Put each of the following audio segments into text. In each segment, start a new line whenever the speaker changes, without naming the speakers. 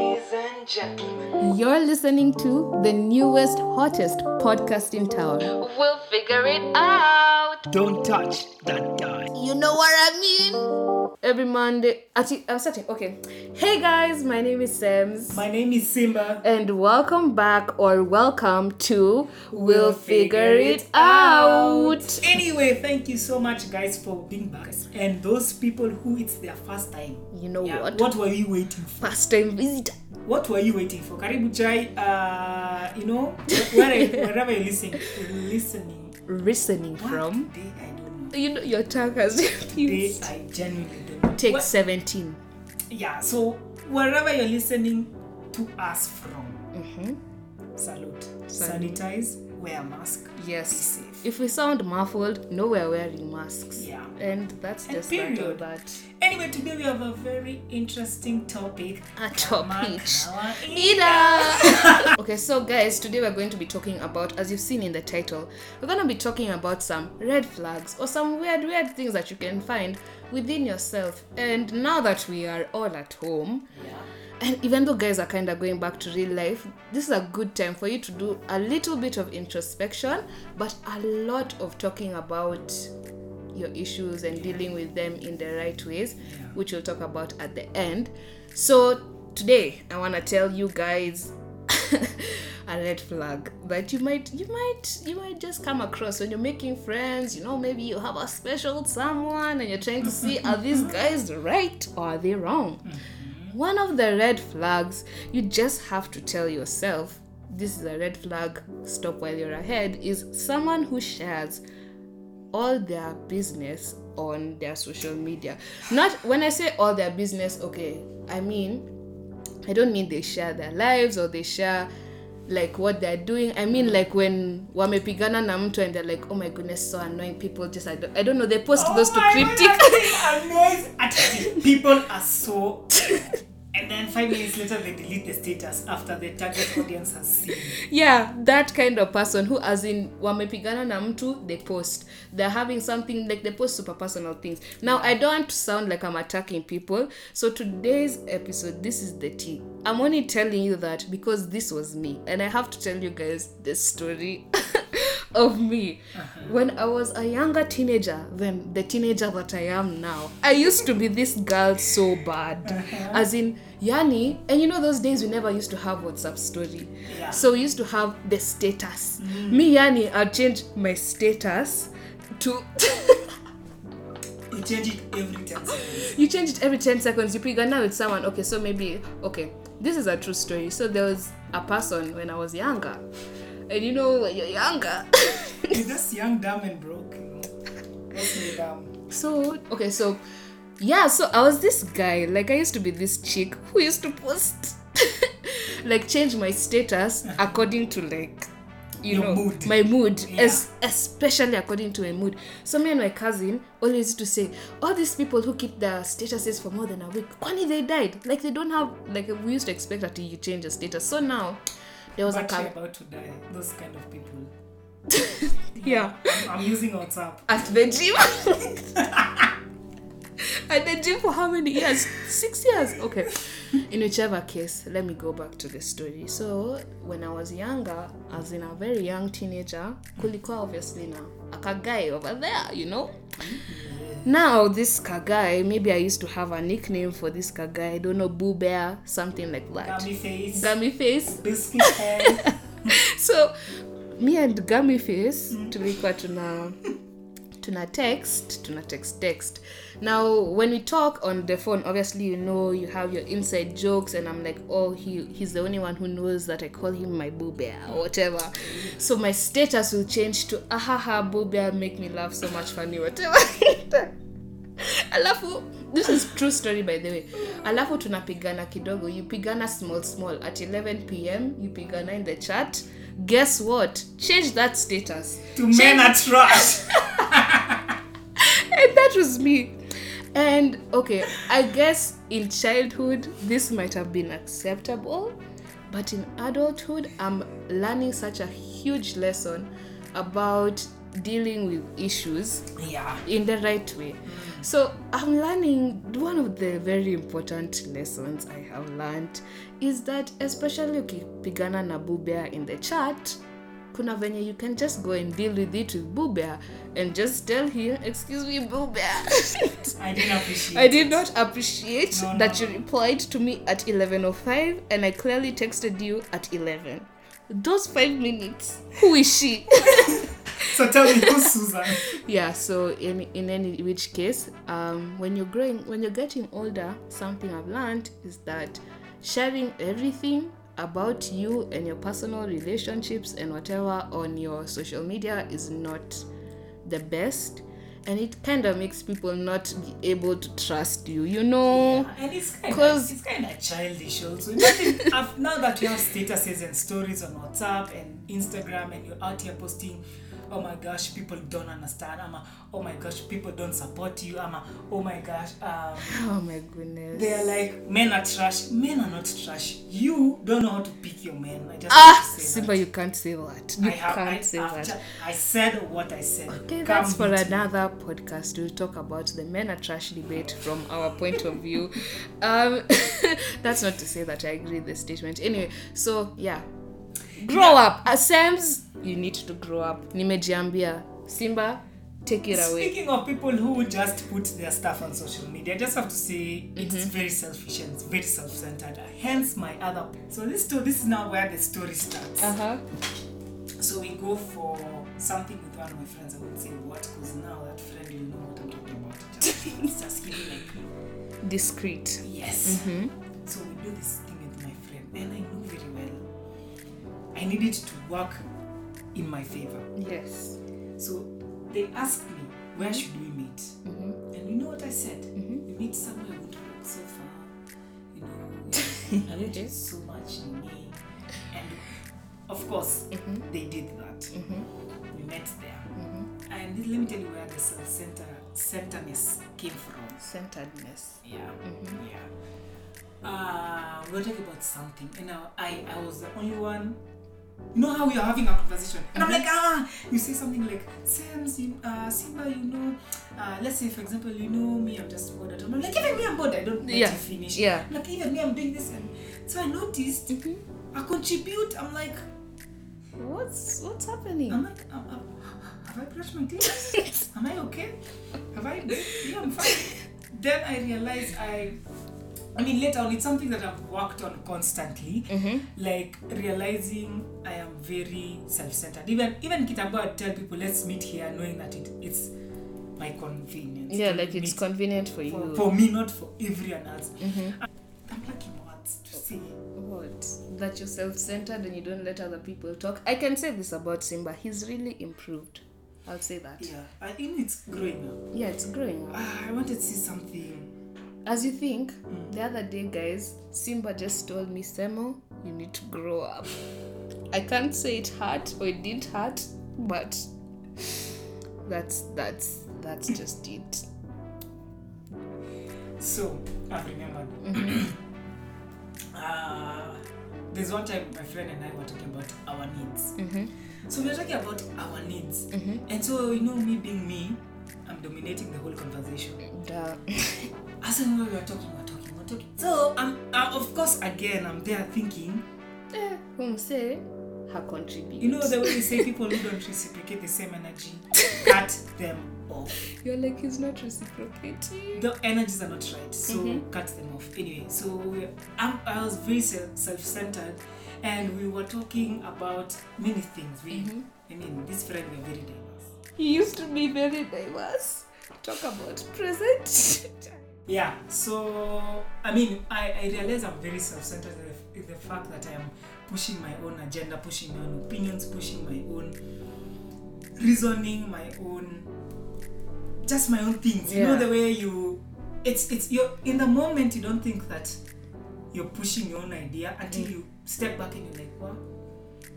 and gentlemen,
You're listening to the newest, hottest podcast in town.
we'll figure it out.
Don't touch that guy.
You know what I mean?
Every Monday. Actually, I'm starting. Okay. Hey guys, my name is Sams.
My name is Simba.
And welcome back or welcome to We'll
We'll
Figure
Figure
It
It
Out.
Anyway, thank you so much, guys, for being back. And those people who it's their first time.
You know
Yeah,
what?
What were you waiting for?
First time visitor.
What were you waiting for? Karibu Chai, uh, you know, where, wherever you're listening, listening
Listening
What
from.
Day, I don't know.
You know, your tongue has
Day,
refused.
I genuinely don't know.
Take
What-
17.
yeah so wherever you're listening to us from
Mm-hmm.
salute sanitize wear a mask be
Yes.
safe
If we sound muffled, no, we're wearing masks.
Yeah.
And that's
And
just that or
period.
that.
anyway today we have a very interesting topic
A topic.
Kama kawaida.
okay, so guys, today we're going to be talking about, as you've seen in the title, we're going to be talking about some red flags or some weird, weird things that you can find within yourself. And now that we are all at home, and even though guys are kind of going back to real life, this is a good time for you to do a little bit of introspection, but a lot of talking about your issues and dealing with them in the right ways, which we'll talk about at the end. So, today I want to tell you guys a red flag that you might you might you might just come across when you're making friends you know maybe you have a special someone and you're trying to see are these guys right or are they wrong one of the red flags you just have to tell yourself this is a red flag stop while you're ahead is someone who shares all their business on their social media. Not when I say all their business, okay, I mean, I don't mean they share their lives or they share like what they're doing. I mean, like when wamepigana na mtu and they're like, oh my goodness, so annoying people. Just I don't, I don't know. They post those to
Oh my God,
cryptic.
I'm being annoyed at it. people are so and then five minutes later they delete the status after the target audience has seen
yeah that kind of person who as in wamepigana na mtu they post they're having something like they post super personal things now i don't want to sound like i'm attacking people so today's episode this is the tea i'm only telling you that because this was me and i have to tell you guys the story of me when i was a younger teenager than the teenager that i am now i used to be this girl so bad as in yani and you know those days we never used to have whatsapp story
Yeah.
so we used to have the status me yani i change my status to
you change it every 10 seconds
you change it every 10 seconds you pick now with someone okay so maybe okay this is a true story so there was a person when i was younger and you know when you're younger
is this young dumb and broke you know? Let's lay down.
So okay, so yeah, so I was this guy. Like I used to be this chick who used to post, like change my status according to like, you
Your
know,
mood.
my mood,
Yeah.
es- especially according to my mood. So me and my cousin always used to say, all these people who keep their statuses for more than a week, kwani they died. Like they don't have like we used to expect until you change your status. So now there was a
But you're
cam-
about to die. Those kind of people.
yeah.
I'm, I'm using WhatsApp.
at the gym. at the gym for how many years? Six years. Okay. In whichever case, let me go back to the story. So when I was younger, as in a very young teenager, kulikuwa obviously na a kagai over there, you know. Now this kagai, maybe I used to have a nickname for this kagai. I don't know, Boo Bear, something like that.
Gummy face.
Gummy face
Biscuit head.
so me and gummy face tulikuwa tuna tuna text tuna text text now when we talk on the phone obviously you know you have your inside jokes and i'm like oh he he's the only one who knows that i call him my boo bear or whatever so my status will change to ahaha boo bear make me laugh so much funny whatever alafu this is true story by the way alafu tunapigana kidogo you pigana small small at 11 pm you pigana in the chat guess what change that status
to men are trash.
and that was me and okay i guess in childhood this might have been acceptable but in adulthood i'm learning such a huge lesson about dealing with issues
Yeah.
in the right way. So I'm learning one of the very important lessons I have learned is that especially ukipigana na bubea in the chat, kuna venye you can just go and deal with it with bubea and just tell him, excuse me bubea.
I didn't appreciate
I did not appreciate
No, no,
that you
no.
replied to me at 11.05 and I clearly texted you at 11. Those five minutes, who is she?
So tell me who's Susan.
yeah so in in any which case um when you're growing when you're getting older something i've learned is that sharing everything about you and your personal relationships and whatever on your social media is not the best and it kind of makes people not be able to trust you you know
And it's kind of
'Cause-
it's kind of childish also. Imagine af- now that you have statuses and stories on WhatsApp and Instagram, and you're out here posting, oh my gosh, people don't understand. Ama, oh my gosh, people don't support you. Ama, oh my gosh, um,
oh my goodness
they're like men are trash. Men are not trash. You don't know how to pick your men. I just
ah
have to say that.
simba you can't say that you
I have,
can't
I,
say
I've
that
ju- I said what I said.
Okay,
Come
that's for
meet me.
another podcast. We'll talk about the men are trash debate from our point of view. Um, that's not to say that I agree with the statement. Anyway, so yeah, grow up, Uh, Sams. You need to grow up. Nimejiambia, Simba, take it away.
Speaking of people who just put their stuff on social media, I just have to say it's
Mm-hmm.
very selfish and it's very self-centered. Hence my other. So this story, this is now where the story starts.
Uh huh.
So we go for something with one of my friends. I would say what, because now that friend will know what I'm talking about. Just, it's just giving like
Discreet.
yes. So we do this thing with my friend, and I know very well. I needed to work in my favor.
Yes.
So they asked me, where should we meet?
Mm-hmm.
And you know what I said? We meet somewhere we don't walk so far. You know, I don't eat so much in me. And of course, they did that. We met there. And let me tell you where the self-center centerness came from.
Centeredness.
Yeah,
Mm-hmm.
yeah. Uh, we were talking about something, and I, I, I was the only one. You know how we are having a conversation, and
Mm-hmm.
I'm like, ah, you say something like, Sam's, you, uh, Simba, you know, uh, let's say for example, you know me, I'm just bored. at home." I'm like, even me, I'm bored. I don't let
Yeah,
you finish.
yeah.
I'm like even me, I'm doing this, and so I noticed.
Mm-hmm.
I contribute. I'm like,
What's what's happening?
I'm like, um, um, have I brushed my teeth? Am I okay? Have I? Yeah, I'm fine. then I realized I, I mean, later on, it's something that I've worked on constantly.
Mm-hmm.
Like realizing I am very self-centered. Even even Kitambo, I tell people, let's meet here, knowing that it, it's my convenience.
Yeah,
to
like it's
meet
convenient for
for,
you. Mm-hmm.
for me, not for everyone else. I'm lacking words to say.
What? That you're self-centered and you don't let other people talk. I can say this about Simba. He's really improved. I'll say that.
Yeah, I think it's growing up.
Yeah, it's growing up.
Ah, I wanted to see something.
As you think, the other day, guys, Simba just told me, Semo, you need to grow up. I can't say it hurt or it didn't hurt, but that's that's that's just it.
So I've remembered. uh, there's one time my friend and I were talking about our needs. So we were talking about our needs, and so you know me being me, I'm dominating the whole conversation.
Duh.
As and when we were talking, we were talking, we were talking. So I'm uh, of course again I'm there thinking.
Eh, whom say her contribute.
You know the way they say people who don't reciprocate the same energy, cut them off.
you're like he's not reciprocating.
The energies are not right, so cut them off. Anyway, so we- I'm, I was very se- self-centered, and we were talking about many things. We, I mean, this friend we are very diverse.
He used to be very diverse. Talk about present.
Yeah. So I mean, I, I realize I'm very self-centered. in the- In the fact that I am pushing my own agenda, pushing my own opinions, pushing my own reasoning, my own, just my own things. You know
Yeah.
the way you, it's it's you're in the moment you don't think that you're pushing your own idea until you step back and you're like, wow,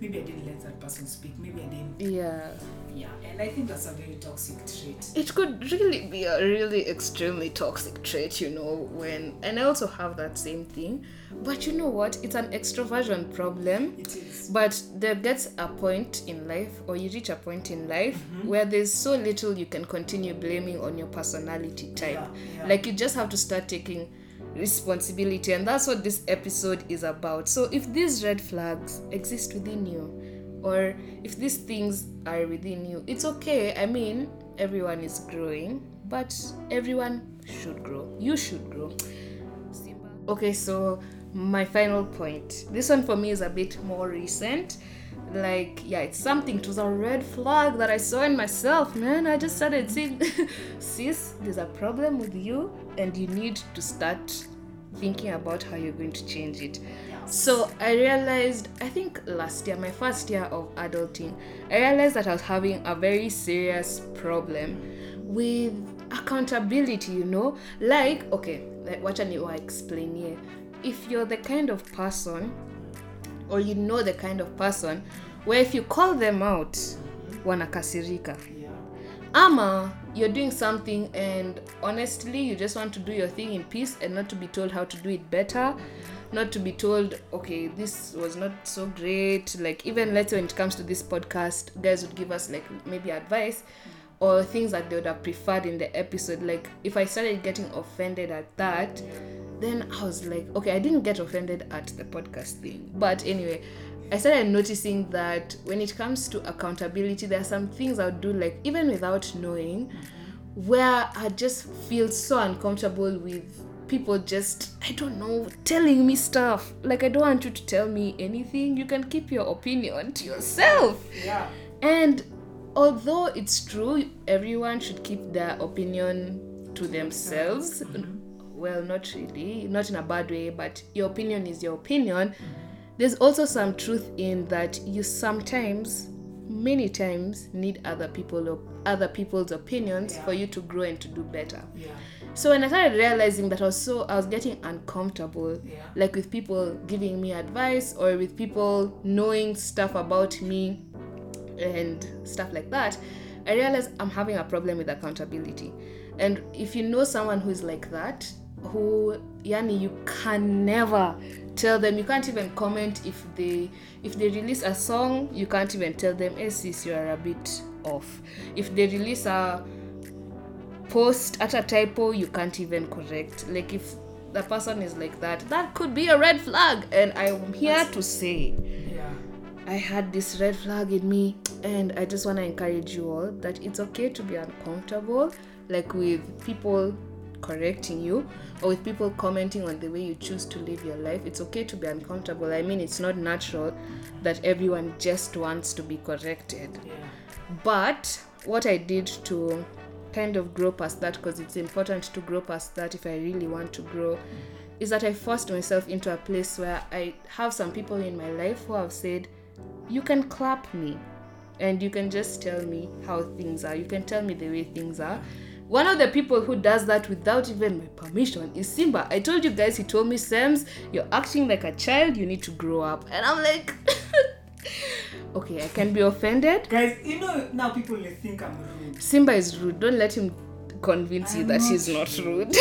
Maybe I didn't let that person speak. Maybe I didn't.
Yeah.
Yeah, and I think that's a very toxic trait.
It could really be a really extremely toxic trait, you know, when and I also have that same thing. But you know what? It's an extroversion problem.
It is.
But there gets a point in life, or you reach a point in life
Mm-hmm.
where there's so little you can continue blaming on your personality type.
Yeah, yeah.
Like you just have to start taking responsibility, and that's what this episode is about. So if these red flags exist within you, or if these things are within you, it's okay. I mean, everyone is growing, but everyone should grow. You should grow. Okay, so my final point. This one for me is a bit more recent. Like, yeah, it's something. It was a red flag that I saw in myself, man. I just started seeing, sis, there's a problem with you, and you need to start thinking about how you're going to change it. So I realized, I think last year, my first year of adulting, I realized that I was having a very serious problem with accountability, you know? Like, okay, eh, like, watch and you explain here. If you're the kind of person or you know the kind of person where if you call them out wanakasirika
Yeah.
ama you're doing something and honestly you just want to do your thing in peace and not to be told how to do it better not to be told okay this was not so great like even let's say when it comes to this podcast guys would give us like maybe advice or things that they would have preferred in the episode like if i started getting offended at that then I was like, okay, I didn't get offended at the podcast thing. But anyway, I started noticing that when it comes to accountability, there are some things I'll do, like even without knowing, where I just feel so uncomfortable with people just, I don't know, telling me stuff. Like, I don't want you to tell me anything. You can keep your opinion to yourself.
Yeah.
And although it's true, everyone should keep their opinion to themselves. Well, not really, not in a bad way, but your opinion is your opinion. There's also some truth in that you sometimes, many times, need other people or other people's opinions for you to grow and to do better.
Yeah.
So when I started realizing that I was so I was getting uncomfortable,
Yeah.
like with people giving me advice or with people knowing stuff about me and stuff like that, I realized I'm having a problem with accountability. And if you know someone who's like that, who yani you can never tell them, you can't even comment if they if they release a song, you can't even tell them, hey sis, you are a bit off. If they release a post at a typo you can't even correct like if the person is like that that could be a red flag and i'm here to say
Yeah.
i had this red flag in me and i just want to encourage you all that it's okay to be uncomfortable like with people correcting you or with people commenting on the way you choose to live your life it's okay to be uncomfortable i mean it's not natural that everyone just wants to be corrected
Yeah.
but what I did to kind of grow past that, because it's important to grow past that if I really want to grow, is that I forced myself into a place where I have some people in my life who have said, You can clap me and you can just tell me how things are. You can tell me the way things are. One of the people who does that without even my permission is Simba. I told you guys, he told me, Sams, you're acting like a child, you need to grow up. And I'm like, okay, I can be offended,
Guys, you know now people will think I'm rude.
Simba is rude. Don't let him convince you
I'm
that
not
he's not rude.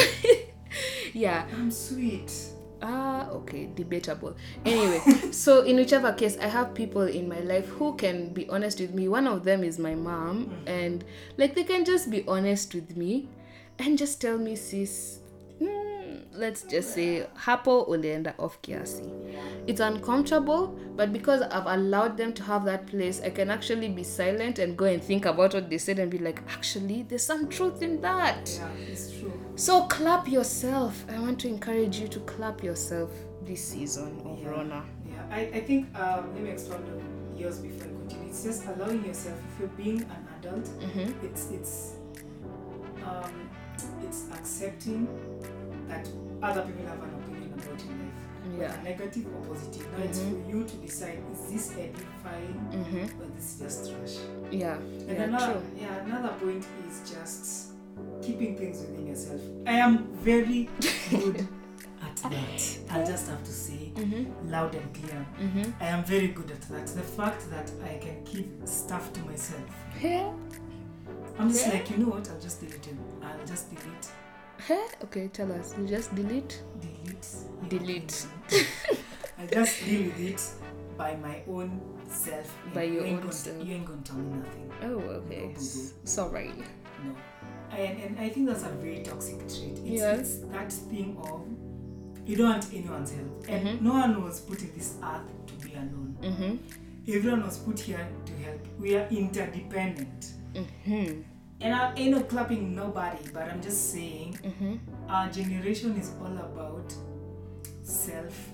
yeah.
I'm sweet.
Ah, okay, debatable. Anyway, so in whichever case, I have people in my life who can be honest with me. One of them is my mom, and like they can just be honest with me and just tell me, sis, mm, let's just say, hapo ulienda off kiasi. It's uncomfortable, but because I've allowed them to have that place, I can actually be silent and go and think about what they said and be like, actually, there's some truth in that.
Yeah, it's true.
So clap yourself. I want to encourage you to clap yourself this season of
Yeah.
Rona.
Yeah, I, I think um, let me expound on yours before I continue. It's just allowing yourself. If you're being an adult,
Mm-hmm.
it's it's um, it's accepting that other people have an opinion about your life, whether
Yeah.
negative or positive. Now it's for you to decide: is this edifying or this is just trash?
Mm-hmm. Yeah,
And
yeah,
another,
true.
yeah, another point is just keeping things within yourself. I am very good at that I just have to say
Mm-hmm.
loud and clear. I am very good at that. The fact that I can keep stuff to myself.
Huh?
I'm just like, you know what? I'll just delete him. I'll just delete,
Huh? Okay, tell us. You just delete?
delete,
Delete.
I just deal with it by my own self.
By
You
your
ain't
own
gonna-
self.
You ain't gonna tell me nothing.
Oh, okay. S- Sorry.
No. And, and I think that's a very toxic trait. It's,
Yes.
it's that thing of you don't want anyone's help. And no one was put in this earth to be alone. Everyone was put here to help. We are interdependent. And I ain't no clapping nobody, but I'm just saying our generation is all about self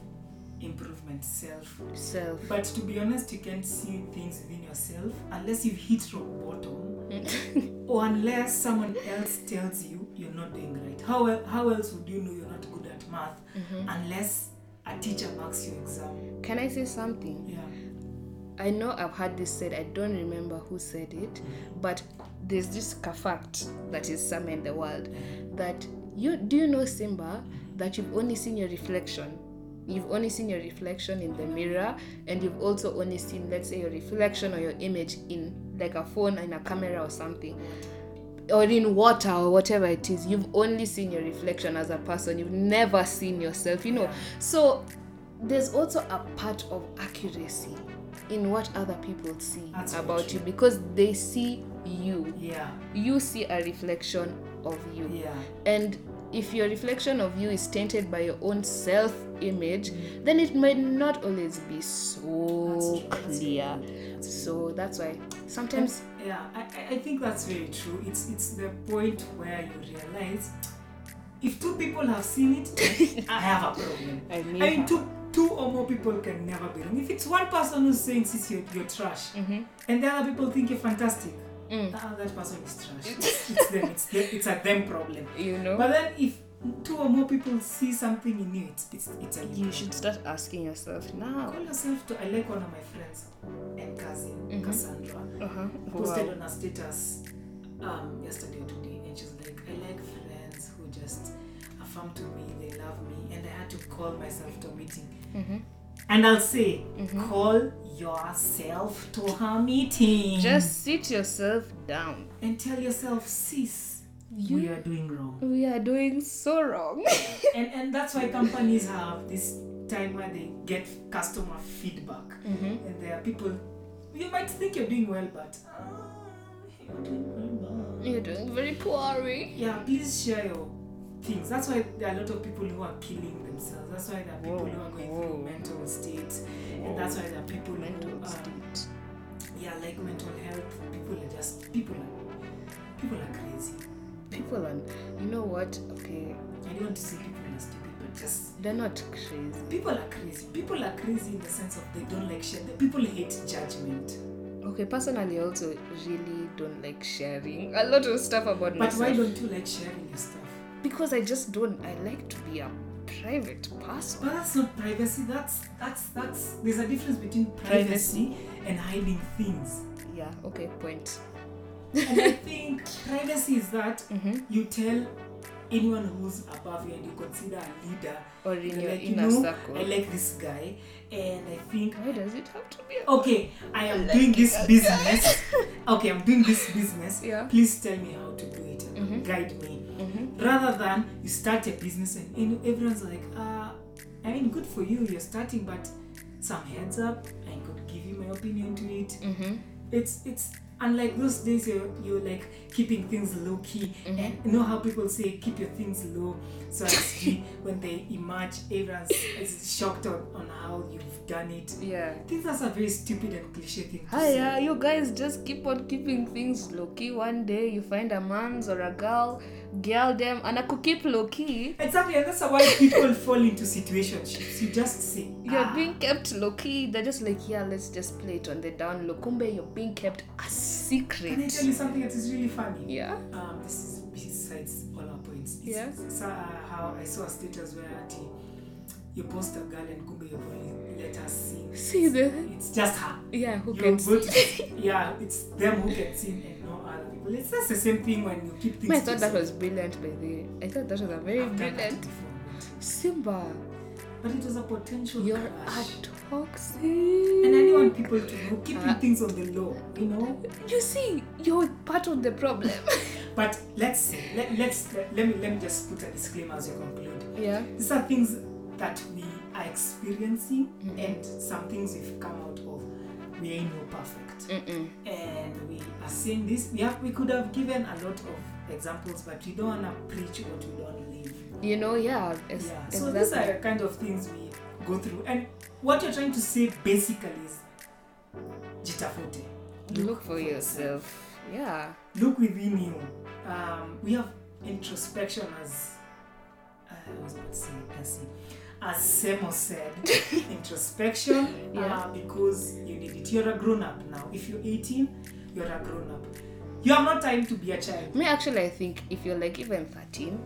improvement, self
Self.
but to be honest, you can't see things within yourself unless you hit rock bottom or unless someone else tells you you're not doing right. How, el- how else would you know you're not good at math unless a teacher marks your exam?
Can I say something?
Yeah.
I know I've had this said, I don't remember who said it, but there's this ca- fact that is somewhere in the world that you do you know Simba that you've only seen your reflection. You've only seen your reflection in the mirror, and you've also only seen, let's say, your reflection or your image in like a phone, in a camera, or something, or in water, or whatever it is. You've only seen your reflection as a person, you've never seen yourself, you know. So, there's also a part of accuracy in what other people see
That's very
about
true.
you because they see you.
Yeah.
You see a reflection of you.
Yeah.
And if your reflection of you is tainted by your own self image, then it might not always be so
Mm. That's true, that's
clear. So that's why sometimes
Yeah, I, I- I think that's very true. It's it's the point where you realize if two people have seen it, I have a problem.
I
mean,
knew her.
two two or more people can never be wrong. If it's one person who's saying sis you're, you're trash, and the other people think you're fantastic, ah, that person is trash. It's, it's them. It's the, it's a them problem.
you know
But then if two or more people see something in you, it's it's, it's a you.
you should start asking yourself now.
Call yourself to. I like one of my friends, and cousin Cassandra
Mm-hmm. Uh-huh.
posted
Wow.
on her status um, yesterday or today, and she's like, I like friends who just affirm to me, they love me, and I had to call myself to a meeting.
Mm-hmm.
And I'll say, call yourself to a meeting.
Just sit yourself down.
and tell yourself, sis, we are doing wrong.
We are doing so wrong.
and and that's why companies have this time where they get customer feedback
Mm-hmm.
and there are people you might think you're doing well but ah, you're doing well but-
You're doing very poorly.
yeah please share your things that's why there are a lot of people who are killing themselves that's why there are people who are going
Whoa.
through mental states and that's why there are people who
Mental
um,
state.
yeah like mental health people are just people are people are crazy
People are, you know what? Okay,
i don't want to say people are stupid but just
they're not crazy.
People are crazy. People are crazy in the sense of they don't like share. The people hate judgment.
Okay, personally, I also really don't like sharing a lot of stuff about
But
myself
why don't you like sharing your stuff?
because I just don't. I like to be a private person.
But that's not privacy. That's that's that's. There's a difference between privacy, and hiding things.
Yeah. Okay. Point.
And I think privacy is that
Mm-hmm.
you tell anyone who's above you and you consider a leader.
Or in
You're
your
like, you
inner
know,
circle.
I like this guy, and I think
Why does it have to be? A-
okay, I am doing this business. okay, I'm doing this business.
Yeah.
Please tell me how to do it and guide me. Rather than you start a business and you know, everyone's like, uh, I mean, good for you, you're starting, but some heads up, I could give you my opinion to it. It's it's unlike those days you're, you're like keeping things low key and you know how people say keep your things low so as to- when they emerge everyone's is shocked on, on how you've done it
yeah.
I think that's a very stupid and cliche thing to say.
Hiya, uh, you guys just keep on keeping things low key. One day you find a man's or a girl, girl them, and I could keep low key.
Exactly, and that's why people fall into situationships. You just say,
You're
"Ah,
being kept low key. They're just like, yeah, let's just play it on the down low. Kumbe, you're being kept a
Can I tell
secret.
you something that is really funny?
Yeah.
Um, this is besides all our points. It's,
Yeah.
it's, uh, how I saw a status where auntie, you post a girl and kumbe you've only let her sing.
See the
It's just her.
yeah who
You
can
go
see?
to- yeah, it's them who get seen and no other people. It's just the same thing when you keep things.
I thought
to
that
yourself.
was brilliant, by the way. I thought that was a very
I've done that Oh,
brilliant.
before.
Simba,
But it was a potential
you're a
crush.
toxic.
And I want people to know, keeping
Ah.
things on the low, you know.
You see, you're part of the problem.
But let's let, let's let, let me let me just put a disclaimer as we conclude.
yeah.
These are things that we are experiencing,
Mm.
and some things we've come out of. We ain't no perfect,
Mm-mm.
and we are seeing this. We have we could have given a lot of examples, but we don't wanna preach what we don't live.
You know, yeah. Ex-
Yeah. So
Exactly.
these are the kind of things we go through, and what you're trying to say basically is, jitafute.
Look for yourself. Yeah.
look within you. Um, we have introspection as uh, I was about to say Percy. As Semo said, introspection
Yeah.
uh, because you need it. You're a grown up now. If you're 18, you're a grown up. You have no time to be a child.
Me actually, I think if you're like even 13,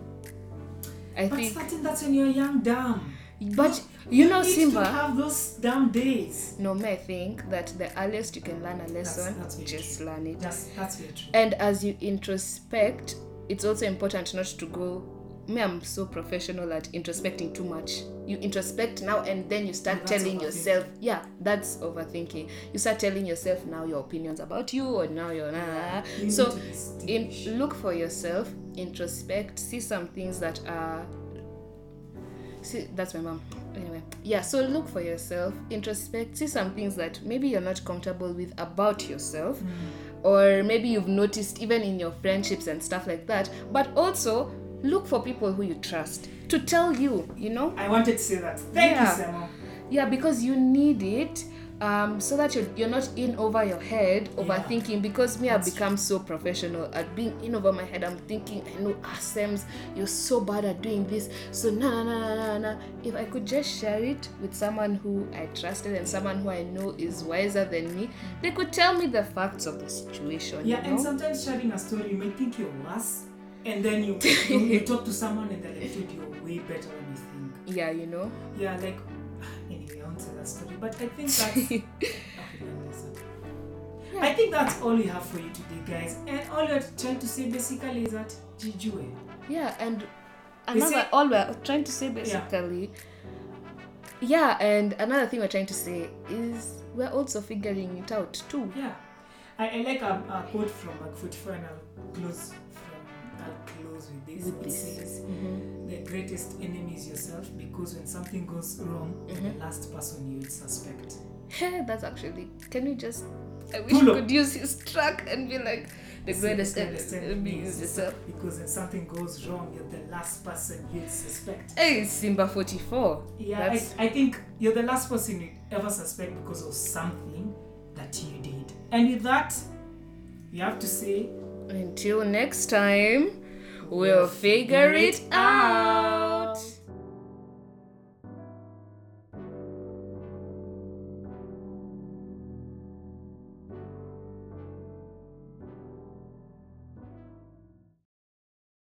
I
But
think.
starting that's when you're young, dumb.
But you know,
need
Simba.
to have those dumb days.
No, may I think that the earliest you can learn a lesson,
that's very
just
true.
learn it.
That's that's very true.
And as you introspect, it's also important not to go. Me, I'm so professional at introspecting too much. You introspect now and then you start
That's
telling
overthinking.
yourself, yeah, that's overthinking. You start telling yourself now your opinions about you or now your nah, nah. nah.
You
So,
need to distinguish.
in, look for yourself, introspect, see some things that are see that's my mom anyway yeah so look for yourself introspect see some things that maybe you're not comfortable with about yourself or maybe you've noticed even in your friendships and stuff like that but also look for people who you trust to tell you you know
I wanted to say that. Thank
Yeah.
you, Semo.
yeah because you need it um, so that you're, you're not in over your head overthinking because me i've become so professional at being in over my head i'm thinking i know asems you're so bad at doing this so no no no no no no if i could just share it with someone who i trusted and someone who i know is wiser than me they could tell me the facts of the situation
Yeah,
you
and
know?
sometimes sharing a story, you may think you're worse, and then you you, you talk to someone and they're like, dude, you're way better than you think.
yeah you know
Yeah, like, anyway, I won't tell that story, but I think that's. okay, don't listen. I think that's all we have for you today, guys. And all we're trying to say basically is that Jijue.
yeah and
You
another
see-
all we're trying to say basically yeah. and another thing we're trying to say is we're also figuring it out too
Yeah. I, I like a, a quote from McFoot and I'll close from I'll close with this.
With
it
this. Mm-hmm.
says the greatest enemy is yourself because when something goes wrong, you're
Mm-hmm.
the last person you would suspect.
Hey, that's actually can you just i wish
Pull
you
up.
could use his truck and be like the greatest enemy is yourself
Because if something goes wrong, you're the last person you'd suspect.
hey simba 44
Yeah,
Eh, that's
I, I think you're the last person you ever suspect because of something that you did. And with that, we have to say,
until next time we'll figure it out